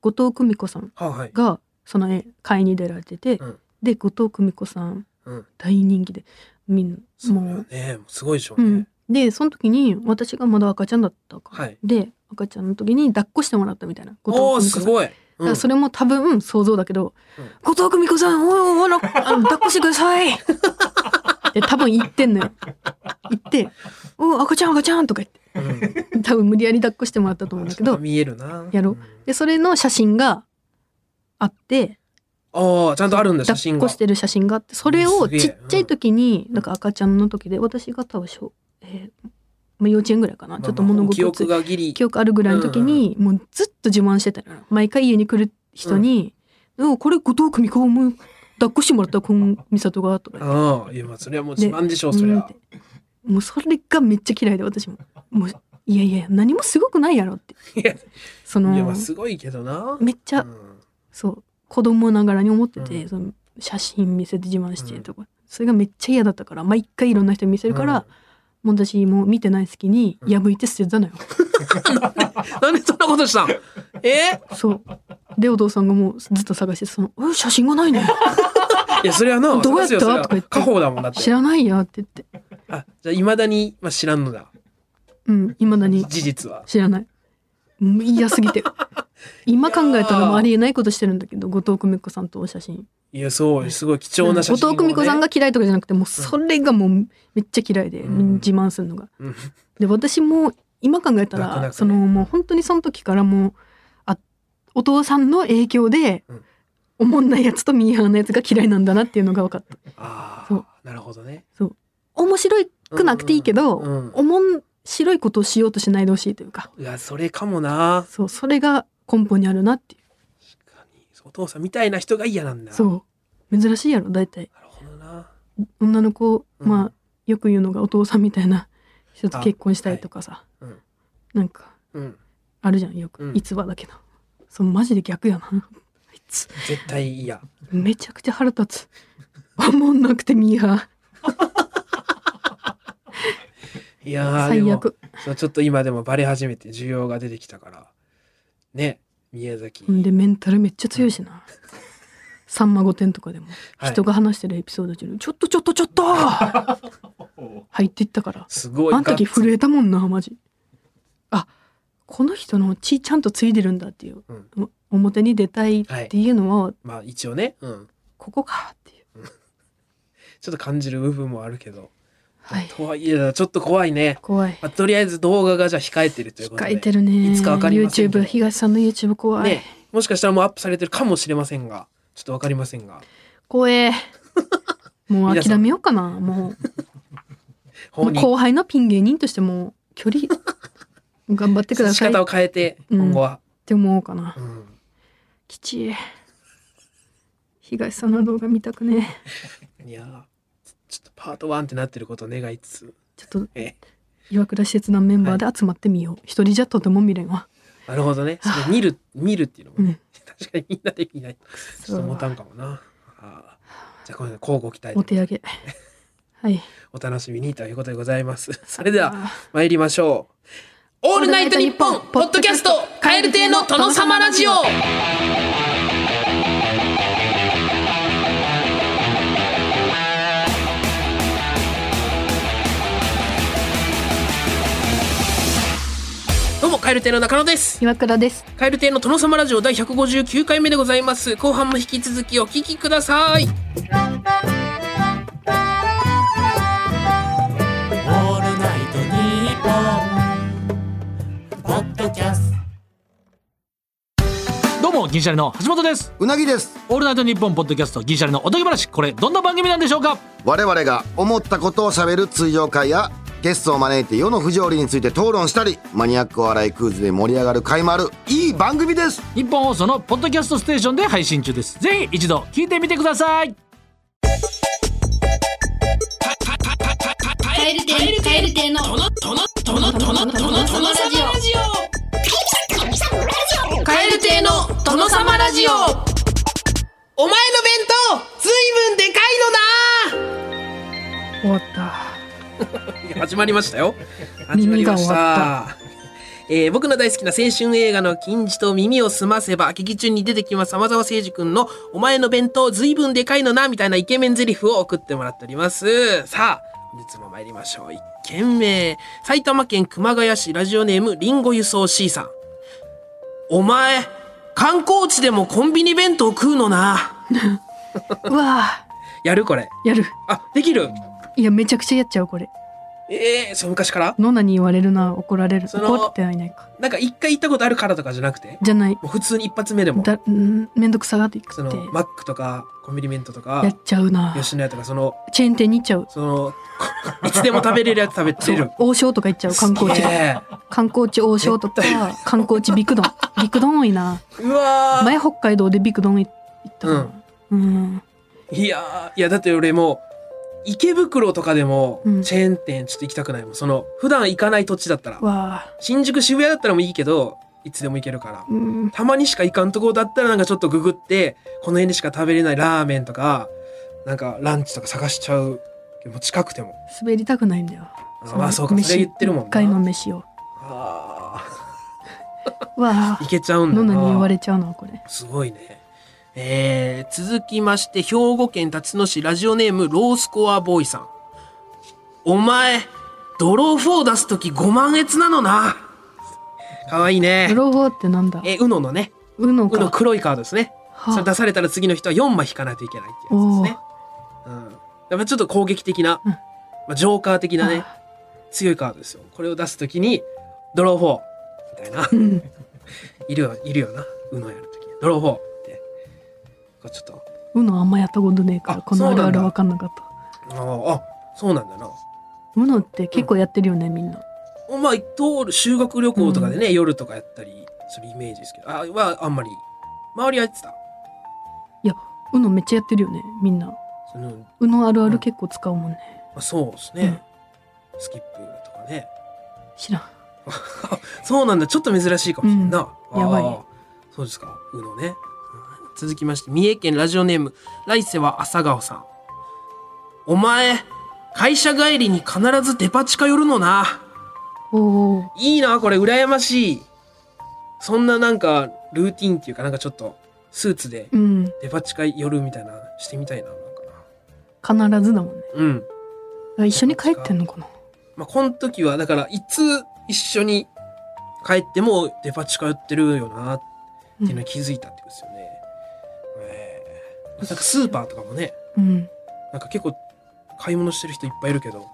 Speaker 3: 後藤久美子さん
Speaker 2: はあはい
Speaker 3: がその絵買いに出られてて、
Speaker 2: うん
Speaker 3: で後藤久美子さん
Speaker 2: うん
Speaker 3: 大人気でみんな
Speaker 2: そう
Speaker 3: も
Speaker 2: よ
Speaker 3: う
Speaker 2: ねすごいでしょう
Speaker 3: う
Speaker 2: ね、
Speaker 3: ん、でその時に私がまだ赤ちゃんだったから、
Speaker 2: はい
Speaker 3: で赤ちゃんの時に抱っこしてもらったみたいな
Speaker 2: お
Speaker 3: 後
Speaker 2: お
Speaker 3: 藤久美子
Speaker 2: す
Speaker 3: さん
Speaker 2: ごい、
Speaker 3: だからそれも多分想像だけど、
Speaker 2: う
Speaker 3: 後藤久美子さん、おいおいおいあの、抱っこしてくださいって多分言ってんのよ。言って、おう赤ちゃん赤ちゃんとか言っ
Speaker 2: うんうん
Speaker 3: て、多分無理やり抱っこしてもらったと思うんだけど、
Speaker 2: 見えるな
Speaker 3: やろうで、それの写真があって、
Speaker 2: ああちゃんとあるんだ写
Speaker 3: 抱
Speaker 2: 真
Speaker 3: っ
Speaker 2: が
Speaker 3: こしてる写真があって、それを
Speaker 2: すげえ
Speaker 3: ちっちゃい時に、
Speaker 2: ん
Speaker 3: なんか赤ちゃんの時で、私が多分小、えーまあ、幼稚園ぐらいかな、ちょっと物
Speaker 2: 記
Speaker 3: 心つ
Speaker 2: 憶がギリ
Speaker 3: 記憶あるぐらいの時に、もうずっと自慢してたのよ毎回家に来る人に「うん、これ後藤久美子も抱っこしてもらったこん美里が」とか
Speaker 2: ああいやまあそれはもう
Speaker 3: で
Speaker 2: 自慢でしょ
Speaker 3: 言
Speaker 2: うそ
Speaker 3: って
Speaker 2: り
Speaker 3: うん
Speaker 2: ゃ
Speaker 3: ってもうそれがめっちゃ嫌いで私ももういやいや何もすごくないやろって
Speaker 2: いや
Speaker 3: そ
Speaker 2: いやま
Speaker 3: の
Speaker 2: あすごいけどな
Speaker 3: めっちゃ
Speaker 2: うん
Speaker 3: そう子供ながらに思ってて、
Speaker 2: うん
Speaker 3: その写真見せて自慢してとか、それがめっちゃ嫌だったから毎回いろんな人に見せるから、もう私もう見てない隙に破いて捨てたのよ。
Speaker 2: なんでそんなことしたんえ
Speaker 3: そう。で、お父さんがもうずっと探して、その、え写真がないね。
Speaker 2: いやそれはな
Speaker 3: どうやった
Speaker 2: そりゃ
Speaker 3: とか言って
Speaker 2: 家宝だもんだって
Speaker 3: 知らないやって言って。
Speaker 2: あじゃいまだに、まあ、知らんのだ
Speaker 3: うん、いまだに
Speaker 2: 事実は
Speaker 3: 知らない。うん嫌すぎて。今考えたらもうありえないことしてるんだけど、後藤久美子さんとお写真。
Speaker 2: いやそうすごい貴重な写真
Speaker 3: 後
Speaker 2: をね
Speaker 3: 藤久美子さんが嫌いとかじゃなくて、もうそれがもうめっちゃ嫌いで、
Speaker 2: うん
Speaker 3: 自慢するのが。
Speaker 2: うん
Speaker 3: で、私も今考えたら、
Speaker 2: なかなかね
Speaker 3: そのもう本当にその時からもう、あお父さんの影響で、
Speaker 2: うん
Speaker 3: おもんないやつとミーハーなやつが嫌いなんだなっていうのが分かった。
Speaker 2: あ
Speaker 3: そう
Speaker 2: あなるほどね
Speaker 3: 面白くなくていいけど、
Speaker 2: うんうんうん
Speaker 3: おもん白いことをしようとしないでほしいというか
Speaker 2: いやそれかもな
Speaker 3: そうそれが根本にあるなっていう
Speaker 2: 確かにお父さんみたいな人が嫌なんだ
Speaker 3: そう珍しいやろ大体
Speaker 2: なるほどな
Speaker 3: 女の子、
Speaker 2: うん
Speaker 3: まあよく言うのがお父さんみたいな人と結婚したりとかさ、
Speaker 2: はいうん
Speaker 3: なんか
Speaker 2: うん。
Speaker 3: あるじゃんよく、
Speaker 2: うん
Speaker 3: 逸話だけどそうマジで逆やな あいつ
Speaker 2: 絶対嫌。
Speaker 3: めちゃくちゃ腹立つおもんなくてミーハ
Speaker 2: い
Speaker 3: ー
Speaker 2: やー、で
Speaker 3: 最
Speaker 2: も
Speaker 3: 悪
Speaker 2: そうちょっと今でもバレ始めて需要が出てきたから。ね、宮崎。
Speaker 3: でメンタルめっちゃ強い しな「さんま御殿」とかでも
Speaker 2: はい
Speaker 3: 人が話してるエピソード中に「ちょっとちょっとちょっと!」 入っていったから
Speaker 2: すごい
Speaker 3: あん時
Speaker 2: ガッツ
Speaker 3: 震えたもんなマジあこの人の血ちゃんとついでるんだっていう、
Speaker 2: うん
Speaker 3: お表に出たいっていうのは
Speaker 2: まあ一応ね、うん。
Speaker 3: ここかっていう、
Speaker 2: ちょっと感じる部分もあるけど。
Speaker 3: はい
Speaker 2: とはいえ、ちょっと怖いね。
Speaker 3: 怖い
Speaker 2: まあ、とりあえず動画がじゃあ控えてるということ
Speaker 3: 控
Speaker 2: で。
Speaker 3: えてるね
Speaker 2: いつかわかりませんけど
Speaker 3: YouTube 東さんの YouTube 怖い、
Speaker 2: ね、もしかしたらもうアップされてるかもしれませんが、ちょっとわかりませんが。
Speaker 3: 怖 えもう諦めようかなもうも
Speaker 2: 本
Speaker 3: う
Speaker 2: 人
Speaker 3: 後輩のピン芸人としてもう距離頑張ってくだ
Speaker 2: 仕
Speaker 3: さいっ
Speaker 2: 方を変えて、
Speaker 3: うん
Speaker 2: 今後は。
Speaker 3: て思おうかな
Speaker 2: うん
Speaker 3: きちい東さんの動画見たくねえ
Speaker 2: いやーちょっとパート1ってなってることを願いつつ、
Speaker 3: ちょっと
Speaker 2: え
Speaker 3: 岩倉施設団メンバーで集まってみよう、一人じゃとても見れんわ
Speaker 2: えなるほどね。それ見る、見るっていうのもね、確かにみんなで見ない。ちょっと持たんかもな。あーじゃあ、こういうの交互期待
Speaker 3: お
Speaker 2: で
Speaker 3: 手上 げはい
Speaker 2: お楽しみにということでございます。 それでは、参りましょう。オールナイトニッポンポッドキャスト、カエル亭の殿様ラジオどうも、カエル亭の中野です。
Speaker 3: 岩倉です
Speaker 2: カエル亭の殿様ラジオ第159回目でございます。後半も引き続きお聞きください。
Speaker 4: オールナイトニッポン」ポッドキャスト
Speaker 5: どうも銀シャリの橋本です
Speaker 6: うなぎです
Speaker 5: オールナイトニッポンポッドキャスト銀シャリのおとぎ話これどんな番組なんでしょうか
Speaker 6: 我々が思ったことをしゃべる通常会やゲストを招いて世の不条理について討論したりマニアックお笑いクイズで盛り上がる回もあるいい番組です
Speaker 5: 日本放送のポッドキャストステーションで配信中ですぜひ一度聞いてみてください
Speaker 7: カエル亭カエル亭のトノトノトノトノトノトノラジオカエル亭の殿様ラジオ
Speaker 2: お前の弁当、ずいぶんでかいの
Speaker 3: 終わった
Speaker 2: な始まりましたよ。始まり
Speaker 3: 耳
Speaker 2: ま
Speaker 3: が
Speaker 2: し
Speaker 3: 終わ
Speaker 2: た。えー僕の大好きな青春映画の金字と耳をすませば、劇中に出てきます様沢誠二君の、お前の弁当ずいぶんでかいのな、みたいなイケメン台詞を送ってもらっております。さあ、本日も参りましょう。1件目。埼玉県熊谷市ラジオネーム、リンゴ輸送 C さん。お前、観光地でもコンビニ弁当食うのな。
Speaker 3: うわ
Speaker 2: やるこれ。
Speaker 3: ーやる
Speaker 2: あ、できる
Speaker 3: いやめちゃくちゃやっちゃうこれ
Speaker 2: ええそう昔から
Speaker 3: ノナに言われるな怒られる
Speaker 2: その
Speaker 3: 怒ってはいないか
Speaker 2: なんか一回行ったことあるからとかじゃなくて
Speaker 3: じゃない
Speaker 2: もう普通に一発目でも
Speaker 3: だんめんどくさがっていく
Speaker 2: そ
Speaker 3: っ
Speaker 2: の
Speaker 3: て
Speaker 2: マックとかコンビニメントとか
Speaker 3: やっちゃうな
Speaker 2: 吉野家とかその
Speaker 3: チェーン店に行っちゃう
Speaker 2: そのいつでも食べれるやつ食べ
Speaker 3: そ
Speaker 2: てる
Speaker 3: う王将とか行っちゃう観光地
Speaker 2: すげえ
Speaker 3: 観光地王将とか観光地ビクドンビクドン多いな
Speaker 2: うわー
Speaker 3: 前北海道でビクドン行った
Speaker 2: う
Speaker 3: の
Speaker 2: ん
Speaker 3: うん
Speaker 2: いやーいやだって俺もう池袋とかでも
Speaker 3: うん
Speaker 2: チェーン店ちょっと行きたくないもんその普段行かない土地だったら
Speaker 3: わあ
Speaker 2: 新宿渋谷だったらもういいけどいつでも行けるから
Speaker 3: うん
Speaker 2: たまにしか行かんとこだったらなんかちょっとググってこの辺でしか食べれないラーメンとかなんかランチとか探しちゃうけど近くても
Speaker 3: 滑りたくないんだよ
Speaker 2: あまあそうかそれ言ってるもんな
Speaker 3: 一回の飯を
Speaker 2: あ
Speaker 3: わあ
Speaker 2: ー行けちゃうんだ
Speaker 3: ノ
Speaker 2: な
Speaker 3: ナに言われちゃうなこれ
Speaker 2: すごいねえー、続きまして兵庫県辰野市ラジオネームロースコアボーイさんお前ドロー4出す時5万円なのなかわいいね
Speaker 3: ブロゴってなんだ
Speaker 2: えうののね
Speaker 3: うの
Speaker 2: うの
Speaker 3: か
Speaker 2: 黒いカードですね
Speaker 3: は
Speaker 2: それ
Speaker 3: あ
Speaker 2: 出されたら次の人は4枚引かないといけないっていうやつですね。うん、やっぱちょっと攻撃的な、
Speaker 3: うん
Speaker 2: まあ、ジョーカー的なね強いカードですよ。これを出すときにドロー4みたいな いるよいるよなうのやるときドロー4ってこうちょっと
Speaker 3: うのあんまやったことねえから
Speaker 2: あ
Speaker 3: このある
Speaker 2: そうな
Speaker 3: あ
Speaker 2: んだ
Speaker 3: る分かんなかった
Speaker 2: あーあそうなんだな。
Speaker 3: うのって結構やってるよねみんな
Speaker 2: おまあ通る修学旅行とかでね、夜とかやったりするイメージですけどあはあんまり周りはやってた。
Speaker 3: いやうのめっちゃやってるよねみんな
Speaker 2: その
Speaker 3: うのあるある結構使うもんね
Speaker 2: まあ、そうですね、スキップとかね。
Speaker 3: 知らん
Speaker 2: そうなんだ。ちょっと珍しいかもしれんな。
Speaker 3: うんやばい
Speaker 2: あーそうですか。うのね。うん続きまして、三重県ラジオネーム、来世は朝顔さん。お前、会社帰りに必ずデパ地下寄るのな。
Speaker 3: おお
Speaker 2: いいな、これ、羨ましい。そんななんか、ルーティンっていうか、なんかちょっと、スーツで
Speaker 3: うん
Speaker 2: デパ地下寄るみたいな、してみたいな。なんか
Speaker 3: 必ずだもんね
Speaker 2: なうん。
Speaker 3: 一緒に帰ってんのかな
Speaker 2: まあ、この時は、だから、いつ一緒に帰ってもデパ地下寄ってるよなっていうのに気づいたってことですよね。ええなんかスーパーとかもね、
Speaker 3: うん
Speaker 2: なんか結構買い物してる人いっぱいいるけど、こ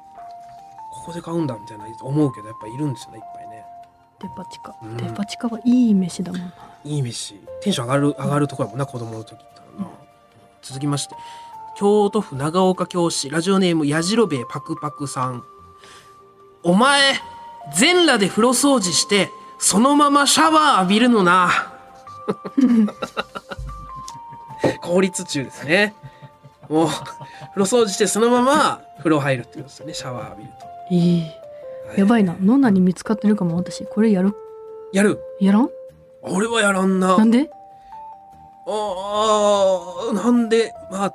Speaker 2: こで買うんだみたいな思うけど、やっぱいるんですよね、いっぱいね。
Speaker 3: デパ地下、
Speaker 2: うん
Speaker 3: デパ地下はいい飯だもんない
Speaker 2: い飯。テンション上がる、上がるとこやもんな、子供の時ってのはな。続きまして、京都府長岡京市、ラジオネーム、やじろべえパクパクさん。お前、全裸で風呂掃除して、そのままシャワー浴びるのな。 効率中ですね。もう、風呂掃除してそのまま風呂入るってことですよね、シャワー浴びると。
Speaker 3: いいやばいなノナに見つかってるかも私これやる
Speaker 2: やる
Speaker 3: やらん
Speaker 2: 俺はやらんな。
Speaker 3: なんで
Speaker 2: ああ、なんで、まあ、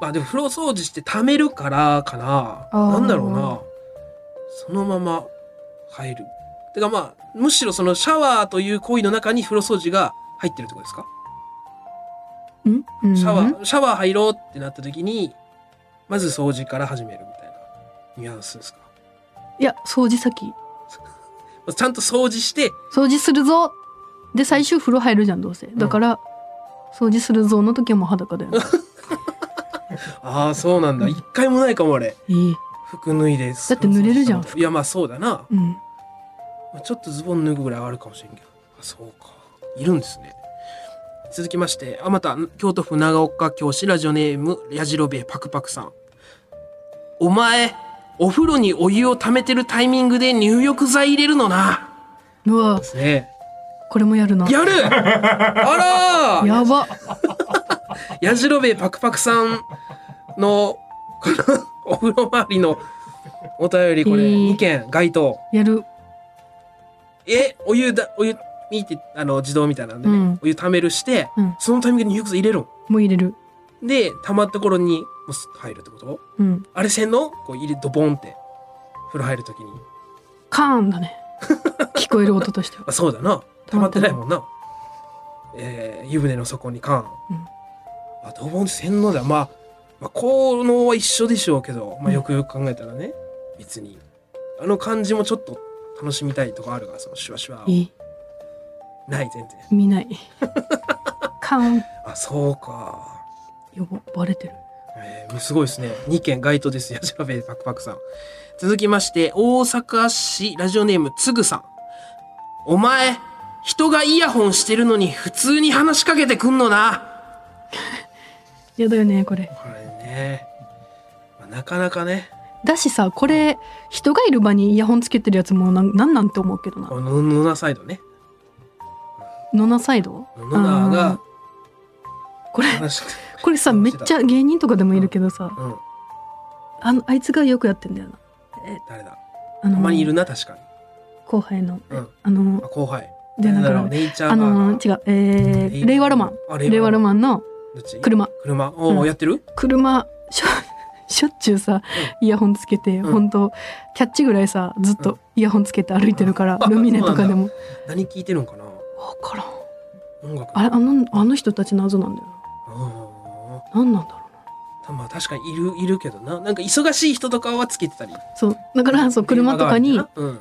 Speaker 2: まあでも風呂掃除して溜めるからかな。
Speaker 3: あー
Speaker 2: なんだろうな。そのまま入る。てかまあ、むしろそのシャワーという行為の中に風呂掃除が入ってるってことですか、
Speaker 3: ん、うん、
Speaker 2: シャワー、シャワー入ろうってなった時に、まず掃除から始めるみたいなニュアンスですか。
Speaker 3: いや掃除先
Speaker 2: まずちゃんと掃除して、
Speaker 3: 掃除するぞで最終風呂入るじゃんどうせだから、掃除するぞの時はもう裸だよね
Speaker 2: ああ、そうなんだ。一回もないかも俺。
Speaker 3: いい
Speaker 2: 服脱いで。だって
Speaker 3: 濡れるじゃん
Speaker 2: いやまあそうだな。
Speaker 3: うん
Speaker 2: まあちょっとズボン脱ぐぐらいはあるかもしれんけど。あ、そうか。いるんですね。続きまして、あまた、京都府長岡京市ラジオネーム、やじろべえパクパクさん。お前、お風呂にお湯を溜めてるタイミングで入浴剤入れるのな。
Speaker 3: うわ
Speaker 2: ですね。
Speaker 3: これもやるな
Speaker 2: やるあらー
Speaker 3: やば
Speaker 2: やじろべえパクパクさんの、この、お風呂周りのお便り、これ、
Speaker 3: いい
Speaker 2: 2件、該当。
Speaker 3: やる
Speaker 2: えお湯だお湯見てあの自動みたいなんでね、
Speaker 3: うん
Speaker 2: お湯溜めるして、
Speaker 3: うん
Speaker 2: そのタイミングで入浴剤入れるん
Speaker 3: もう入れる
Speaker 2: で溜まった頃にもうスッと入るってこと
Speaker 3: うん
Speaker 2: あれせんのこう入れドボンって風呂入るときに
Speaker 3: カーン だね聞こえる音としては
Speaker 2: あそうだな溜まってないもんな、えー湯船の底に缶、
Speaker 3: うん
Speaker 2: あドボンってせんのだまあ、まあ、効能は一緒でしょうけど、まあ、よくよく考えたらね別にあの感じもちょっと楽しみたいとかあるからそのシュワシュワを
Speaker 3: いい
Speaker 2: ない全然
Speaker 3: 見ないカーン
Speaker 2: あそうか
Speaker 3: やばバレてる
Speaker 2: えー、すごいですね。2件該当です。やじらべえパクパクさん。続きまして、大阪市ラジオネームつぐさん。お前、人がイヤホンしてるのに普通に話しかけてくんのな。
Speaker 3: やだよねこれ
Speaker 2: これね、まあなかなかね、
Speaker 3: だしさこれ人がいる場にイヤホンつけてるやつもなんなんなんて思うけどな
Speaker 2: このノナサイドね。
Speaker 3: ノナサイド
Speaker 2: ノナ
Speaker 3: あ
Speaker 2: が
Speaker 3: ーこれ
Speaker 2: 話しかけ
Speaker 3: これさめっちゃ芸人とかでもいるけどさ
Speaker 2: て、うん、
Speaker 3: あのあいつがよくやってんだよな
Speaker 2: 誰だ。
Speaker 3: あ
Speaker 2: た
Speaker 3: の
Speaker 2: まにいるな、確かに。
Speaker 3: 後輩の、
Speaker 2: うん
Speaker 3: あの
Speaker 2: あ後輩。
Speaker 3: で
Speaker 2: 誰
Speaker 3: だ
Speaker 2: だ
Speaker 3: か
Speaker 2: ろう、
Speaker 3: ら
Speaker 2: ネイチャーバ
Speaker 3: あ
Speaker 2: ーガー
Speaker 3: の違うえー、令和ロマン
Speaker 2: あ、
Speaker 3: 令和ロマンの
Speaker 2: ン。どっち
Speaker 3: 車
Speaker 2: 車。おお、
Speaker 3: うん
Speaker 2: やってる
Speaker 3: 車しょ しょっちゅうさイヤホンつけて、
Speaker 2: うん
Speaker 3: ほんとキャッチぐらいさずっ
Speaker 2: うん
Speaker 3: とイヤホンつけて歩いてるから、
Speaker 2: うん
Speaker 3: ルミネとかでも
Speaker 2: 何聞いてるんかな
Speaker 3: 分からん
Speaker 2: 音楽。
Speaker 3: あれあのあの人たち謎なんだよ
Speaker 2: うん
Speaker 3: な何なんだろ
Speaker 2: まあ確かにいるいるけどななんか忙しい人とかはつけてたり
Speaker 3: うそうだからそう車とかに
Speaker 2: 車代わ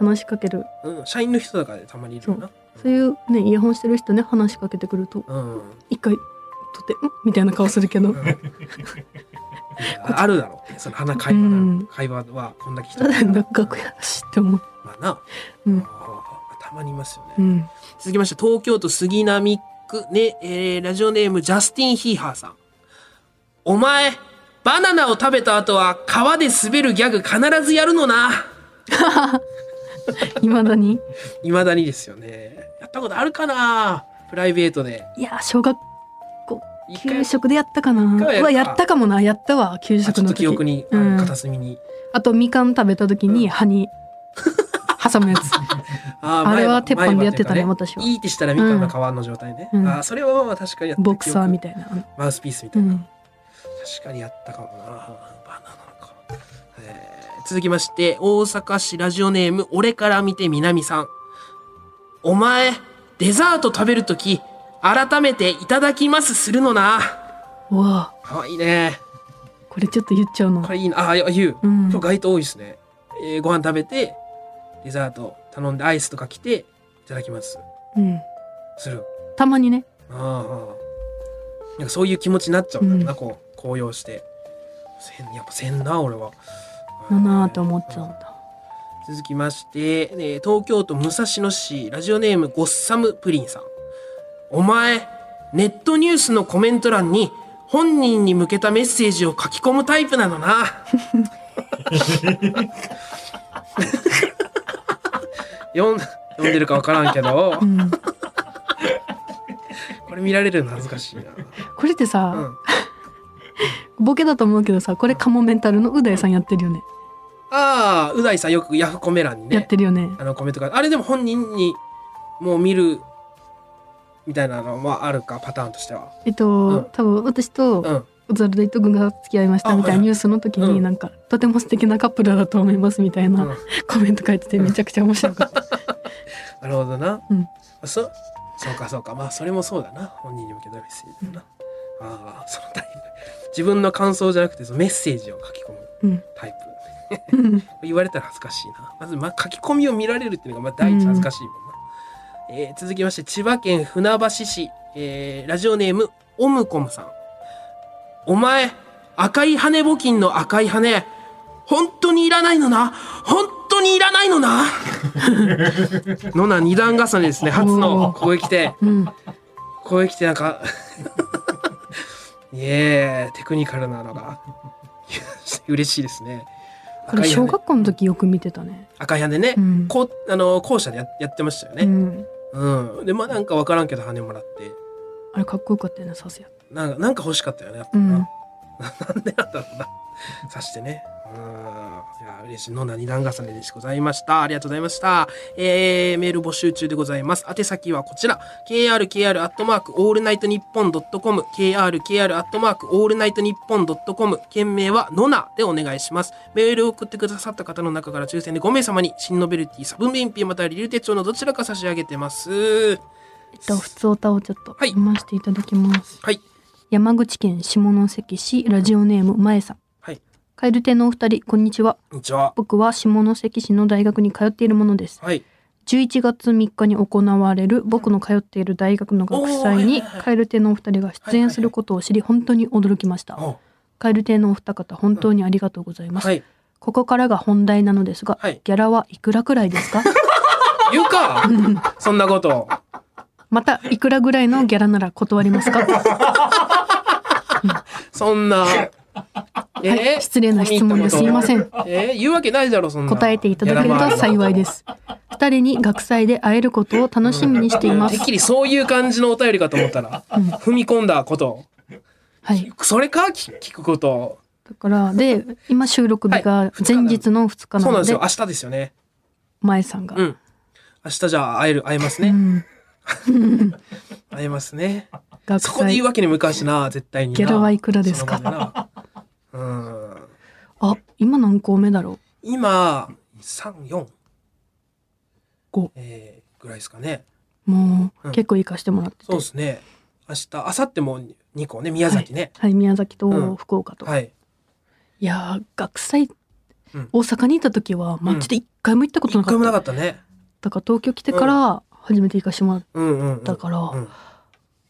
Speaker 2: り
Speaker 3: 話しかける
Speaker 2: なうん、うん、社員の人とかでたまにいるよな
Speaker 3: そういうねイヤホンしてる人ね話しかけてくると
Speaker 2: うん、うん
Speaker 3: 一回とて「ん?」みたいな顔するけど
Speaker 2: ああるだろうその話会話だろう、
Speaker 3: うん
Speaker 2: 会話はこんだけ人
Speaker 3: た
Speaker 2: がい
Speaker 3: だ
Speaker 2: る
Speaker 3: なんかこやらしいって思う。
Speaker 2: まあな、
Speaker 3: うん
Speaker 2: ああたまにいますよね、
Speaker 3: うん
Speaker 2: 続きまして東京都杉並区ね、えーラジオネームジャスティン・ヒーハーさんお前バナナを食べた後は川で滑るギャグ必ずやるのない
Speaker 3: まだに
Speaker 2: いまだにですよねやったことあるかなプライベートで
Speaker 3: いや小学
Speaker 2: 一回
Speaker 3: 給食でやったかな
Speaker 2: 一回はやるか
Speaker 3: うわやったかもなやったわ給
Speaker 2: あち
Speaker 3: 食
Speaker 2: ょっ
Speaker 3: の
Speaker 2: と
Speaker 3: 時
Speaker 2: 記憶に、あ
Speaker 3: うん
Speaker 2: 片隅に
Speaker 3: あとみかん食べた時に葉に挟むや つ。
Speaker 2: あ
Speaker 3: あれは鉄板でやってたね
Speaker 2: 前歯っていうか
Speaker 3: 私はい
Speaker 2: いってしたらみかんの皮の状態ね。
Speaker 3: うん
Speaker 2: あーそれはまあ確かにやった
Speaker 3: ボクサーみたいな。
Speaker 2: 記憶マウスピースみた
Speaker 3: う
Speaker 2: いな。
Speaker 3: ん。
Speaker 2: 確かにやったかもな。バナナか。えー続きまして、大阪市ラジオネーム、俺から見て南さん。お前、デザート食べるとき、改めていただきますするのな。
Speaker 3: うわあ
Speaker 2: かわいいね。
Speaker 3: これちょっと言っちゃうの
Speaker 2: こ。れいいな。あ、いや言う。
Speaker 3: うん
Speaker 2: 今日該当多いですね。えーご飯食べて、デザート頼んでアイスとか来て、いただきます。
Speaker 3: うん。
Speaker 2: する。
Speaker 3: たまにね。
Speaker 2: ああ。なんかそういう気持ちになっちゃうんだろうな、こう、高揚して。せんやっぱせんな、俺は。
Speaker 3: だなーって思っちゃうんだ。
Speaker 2: 続きまして、えー東京都武蔵野市ラジオネームゴッサムプリンさんお前ネットニュースのコメント欄に本人に向けたメッセージを書き込むタイプなのな 読ん読んでるか分からんけど
Speaker 3: うん。
Speaker 2: これ見られるの恥ずかしいな、
Speaker 3: これって
Speaker 2: う
Speaker 3: さ、
Speaker 2: ん、
Speaker 3: ボケだと思うけどさ、これカモメンタルのうだいさんやってるよね。
Speaker 2: ああう大さんよくヤフコメ欄に
Speaker 3: やっ
Speaker 2: ね
Speaker 3: てるよね。
Speaker 2: あのコメントがあれでも本人にもう見るみたいなのもあるかパターンとしては
Speaker 3: えっ
Speaker 2: うん
Speaker 3: と、多分私と
Speaker 2: うん
Speaker 3: ザルデイト君が付き合いましたみたい
Speaker 2: あはい
Speaker 3: なニュースの時
Speaker 2: う
Speaker 3: に
Speaker 2: ん
Speaker 3: なんか、とても素敵なカップルだと思いますみたいな、
Speaker 2: うん
Speaker 3: コメント書いててめちゃくちゃ面白か った。
Speaker 2: なるほどな。
Speaker 3: うん
Speaker 2: そそうかそうか。まあそれもそうだな。本人に向けたメッセージだな。ああ、そのタイプ。自分の感想じゃなくてそのメッセージを書き込む
Speaker 3: うん。
Speaker 2: タイプ。
Speaker 3: うん
Speaker 2: 言われたら恥ずかしいな。まず、まあ、書き込みを見られるっていうのがまあ第一恥ずかしいもんな。えー続きまして千葉県船橋市、えーラジオネームオムコムさん。お前、赤い羽募金の赤い羽、本当にいらないのな本当にいらないのな のな二段重ねですね、初の。ここへ来て、
Speaker 3: うん。
Speaker 2: ここへ来てなんか、いえ、テクニカルなのが、 嬉しいですね。
Speaker 3: これ
Speaker 2: 赤い
Speaker 3: 小
Speaker 2: 羽
Speaker 3: 学校の時よく見てたね。
Speaker 2: 赤い羽ね、
Speaker 3: うん
Speaker 2: こうあの校舎でややってましたよ
Speaker 3: う
Speaker 2: ね。
Speaker 3: ん。
Speaker 2: うん、でまあなんか分からんけど羽もらって
Speaker 3: あれかっこよかったよね、さすや。
Speaker 2: なんかなんか欲しかったよねやっぱ
Speaker 3: う
Speaker 2: な、
Speaker 3: ん。
Speaker 2: なんでなんだろうな刺してね。うんいや嬉しいのな二段重ねでございました。ありがとうございました。えー、メール募集中でございます。宛先はこちら。krkr アットマークオールナイトニッポンドットコム。krkr アットマークオールナイトニッポンドットコム。件名はのなでお願いします。メールを送ってくださった方の中から抽選で5名様に、新ノベルティ、サブメンピーまたはリル手帳のどちらか差し上げてます。
Speaker 3: えっと、普通歌をちょっと
Speaker 2: はい
Speaker 3: 読ませていただきます。
Speaker 2: はい。
Speaker 3: 山口県下関市ラジオネームまえさん。
Speaker 2: はい。
Speaker 3: カエル亭のお二人、こんにちは。
Speaker 2: こんにちは。
Speaker 3: 僕は下関市の大学に通っているものです。
Speaker 2: はい。
Speaker 3: 11月3日に行われる僕の通っている大学の学祭に
Speaker 2: おーはいはいはい
Speaker 3: カエル亭のお二人が出演することを知り本当に驚きました。
Speaker 2: お
Speaker 3: カエル亭のお二方本当にありがとうございます。
Speaker 2: はい。
Speaker 3: ここからが本題なのですが、
Speaker 2: はい
Speaker 3: ギャラはいくらくらいですか
Speaker 2: 言うかそんなこと。
Speaker 3: またいくらぐらいのギャラなら断りますか
Speaker 2: そ んな。 え
Speaker 3: はい失礼な質問ですいません。
Speaker 2: えー言うわけないだろ、そんな。
Speaker 3: 答えていただけると幸いです。二人に学祭で会えることを楽しみにしていま
Speaker 2: て
Speaker 3: す
Speaker 2: っ。きりそういう感じのお便りかと思ったら、踏み込んだこと。
Speaker 3: はい。
Speaker 2: それか聞聞くこと。
Speaker 3: だから、で、今収録日
Speaker 2: はい
Speaker 3: が
Speaker 2: 二日な
Speaker 3: 前
Speaker 2: んで
Speaker 3: 日の2日な
Speaker 2: そうなん
Speaker 3: の
Speaker 2: です
Speaker 3: で
Speaker 2: よ。、明日ですよね。
Speaker 3: 前さんが
Speaker 2: う。ん。明日じゃあ会える、会えますね。
Speaker 3: うん
Speaker 2: 会えますね。
Speaker 3: 学
Speaker 2: そこで言
Speaker 3: 祭
Speaker 2: うわけにもいかんしな、絶対にな。
Speaker 3: ギャラはいくらですか
Speaker 2: その場でなうん。
Speaker 3: あ今何校目だろ
Speaker 2: 今、3、4。
Speaker 3: 五
Speaker 2: えー、ぐらいですかね。
Speaker 3: うもう、
Speaker 2: うん
Speaker 3: 結構行かしてもらってて
Speaker 2: そうですね。明日、明後日も2個ね、宮崎ね。
Speaker 3: はい宮崎
Speaker 2: うん
Speaker 3: と福岡と、い、
Speaker 2: はい。
Speaker 3: やー学祭、
Speaker 2: うん
Speaker 3: 大阪にいた時はマジで一回も行ったこと
Speaker 2: 一
Speaker 3: なか
Speaker 2: 回
Speaker 3: っ
Speaker 2: も
Speaker 3: た、
Speaker 2: なかったね。
Speaker 3: だから東京来てから初めて行かしてもらっ
Speaker 2: うんうん、うん。
Speaker 3: たから、
Speaker 2: うん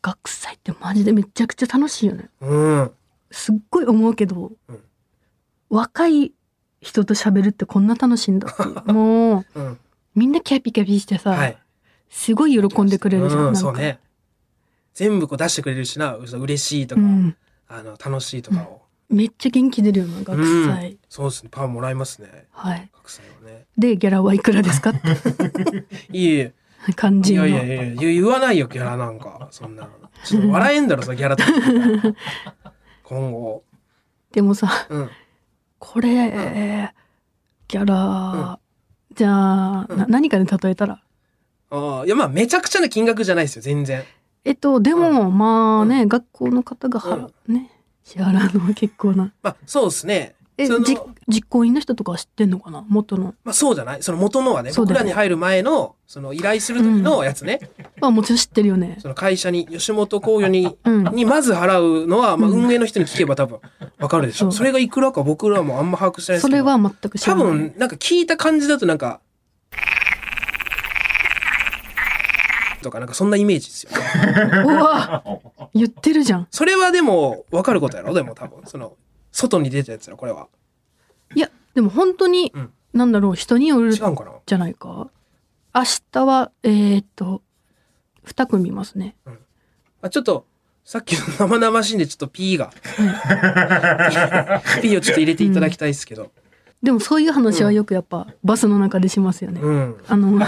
Speaker 3: 学祭ってマジでめちゃくちゃ楽しいよね
Speaker 2: うん。
Speaker 3: すっごい思うけど、
Speaker 2: うん
Speaker 3: 若い人と喋るってこんな楽しいんだってい うもう
Speaker 2: うん。
Speaker 3: みんなキャピキャピしてさ、
Speaker 2: はい。
Speaker 3: すごい喜んでくれるじゃん,、
Speaker 2: うん、
Speaker 3: なんか
Speaker 2: そうね。全部こう出してくれるしな、う嬉しいと
Speaker 3: う
Speaker 2: か、
Speaker 3: ん、
Speaker 2: あの、楽しいとかを。
Speaker 3: めっちゃ元気出るよな学祭、
Speaker 2: うんそうですね。パワーもらえますね。
Speaker 3: はい
Speaker 2: 学祭はね。
Speaker 3: でギャラはいくらで すかって
Speaker 2: いいえ。
Speaker 3: 感
Speaker 2: い
Speaker 3: じの
Speaker 2: やいやいやいや、言わないよ、ギャラなんか。そんな。ちょっと笑えんだろ、そのギャラ とか。今後。
Speaker 3: でもさ
Speaker 2: うん。
Speaker 3: これ、ギャラ、じゃあ、な何かで例えたら
Speaker 2: ああ、いや、まあ、めちゃくちゃな金額じゃないですよ、全然。
Speaker 3: えっとでも、まあね、学校の方が払、ね支払うのは結構な
Speaker 2: まあ、そうですね。
Speaker 3: え
Speaker 2: その
Speaker 3: じ実行委員の人とかは知ってんのかな元の
Speaker 2: まあ、そうじゃないその元のはね、
Speaker 3: そう
Speaker 2: 僕
Speaker 3: だよ
Speaker 2: らに入る前の、その依頼する時のやつね、
Speaker 3: まあもちろん知ってるよね
Speaker 2: その会社に、吉本興業に、
Speaker 3: うん
Speaker 2: にまず払うのは、まあ、運営の人に聞けば多分、わかるでしょ。
Speaker 3: そう
Speaker 2: それがいくらか僕らもあんま把握してないです
Speaker 3: そ
Speaker 2: けど。
Speaker 3: れは全く知
Speaker 2: 多
Speaker 3: らない
Speaker 2: 分、なんか聞いた感じだとなんか、とかなんかそんなイメージですよ。
Speaker 3: うわ言ってるじゃん
Speaker 2: それはでも分かることやろでも多分その外に出たやつらこれはい
Speaker 3: やでも本当に、
Speaker 2: うん
Speaker 3: なんだろう人による
Speaker 2: 違うんかな
Speaker 3: じゃないか明日はえー、っと2組いますね
Speaker 2: あちょっとさっきの生々しいんでちょっと P が P をちょっと入れていただきたいですけど
Speaker 3: でもそういう話はよくやっぱ、バスの中でしますよね、
Speaker 2: うん
Speaker 3: あの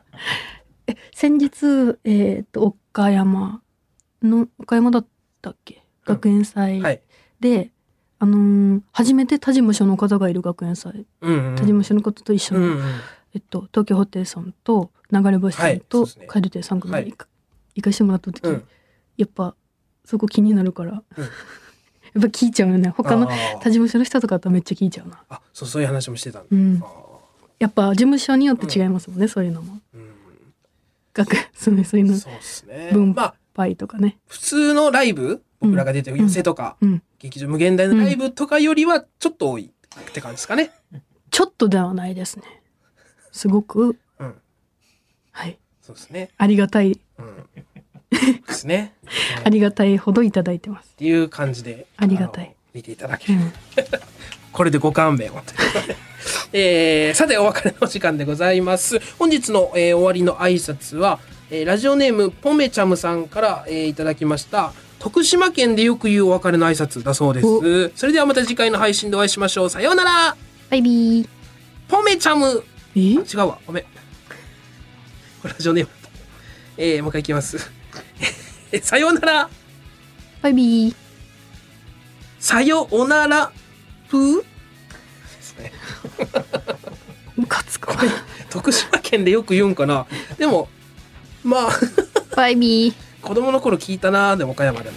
Speaker 3: え先日えー、っと岡山の岡山だったっけ学園祭で、
Speaker 2: はい
Speaker 3: あのー初めて他事務所の方がいる学園祭
Speaker 2: うんうん
Speaker 3: 他事務所の方と一緒
Speaker 2: う
Speaker 3: に、
Speaker 2: ん
Speaker 3: えっと、東京ホテイさんと流れ星さ
Speaker 2: は
Speaker 3: んと、
Speaker 2: いそうですね
Speaker 3: カエル亭さん組に
Speaker 2: はい
Speaker 3: 行か,、行かしてもらった時、
Speaker 2: うん
Speaker 3: やっぱそこ気になるから、 やっぱ聞いちゃうよね他の
Speaker 2: あー
Speaker 3: 他事務所の人とかだったらめっちゃ聞いちゃうな、
Speaker 2: あそうそういう話もしてたん
Speaker 3: う
Speaker 2: で
Speaker 3: ん
Speaker 2: あ、ー
Speaker 3: やっぱ事務所によって違いますもんね、そういうのも
Speaker 2: うん
Speaker 3: 学 そういうそういうの
Speaker 2: そうですね
Speaker 3: 分
Speaker 2: まあ
Speaker 3: 配とかね
Speaker 2: 普通のライブ僕らが出てる寄せとか
Speaker 3: うん
Speaker 2: 劇場無限大のライブとかよりはちょっと多いって感じですかね
Speaker 3: ちょっとではないですねすごく
Speaker 2: うん
Speaker 3: はい
Speaker 2: そうですね
Speaker 3: ありがたい
Speaker 2: ですね
Speaker 3: ありがたいほどいただいてます
Speaker 2: っていう感じで
Speaker 3: ありがたい
Speaker 2: あの見ていただけ
Speaker 3: う
Speaker 2: る、
Speaker 3: ん
Speaker 2: これでご勘弁を ということでえーさてお別れの時間でございます本日の、えー終わりの挨拶は、えーラジオネームポメチャムさんから、えーいただきました徳島県でよく言うお別れの挨拶だそうですそれではまた次回の配信でお会いしましょうさようなら
Speaker 3: バイビー
Speaker 2: ポメチャム
Speaker 3: え
Speaker 2: 違うわごめんこれラジオネームだったえーもう一回いきます えさようなら
Speaker 3: バイビー
Speaker 2: さよおなら風ですね
Speaker 3: ムカつくわ
Speaker 2: 徳島県でよく言うんかなでもまあ
Speaker 3: バイビー
Speaker 2: 子供の頃聞いたなでも岡山でも。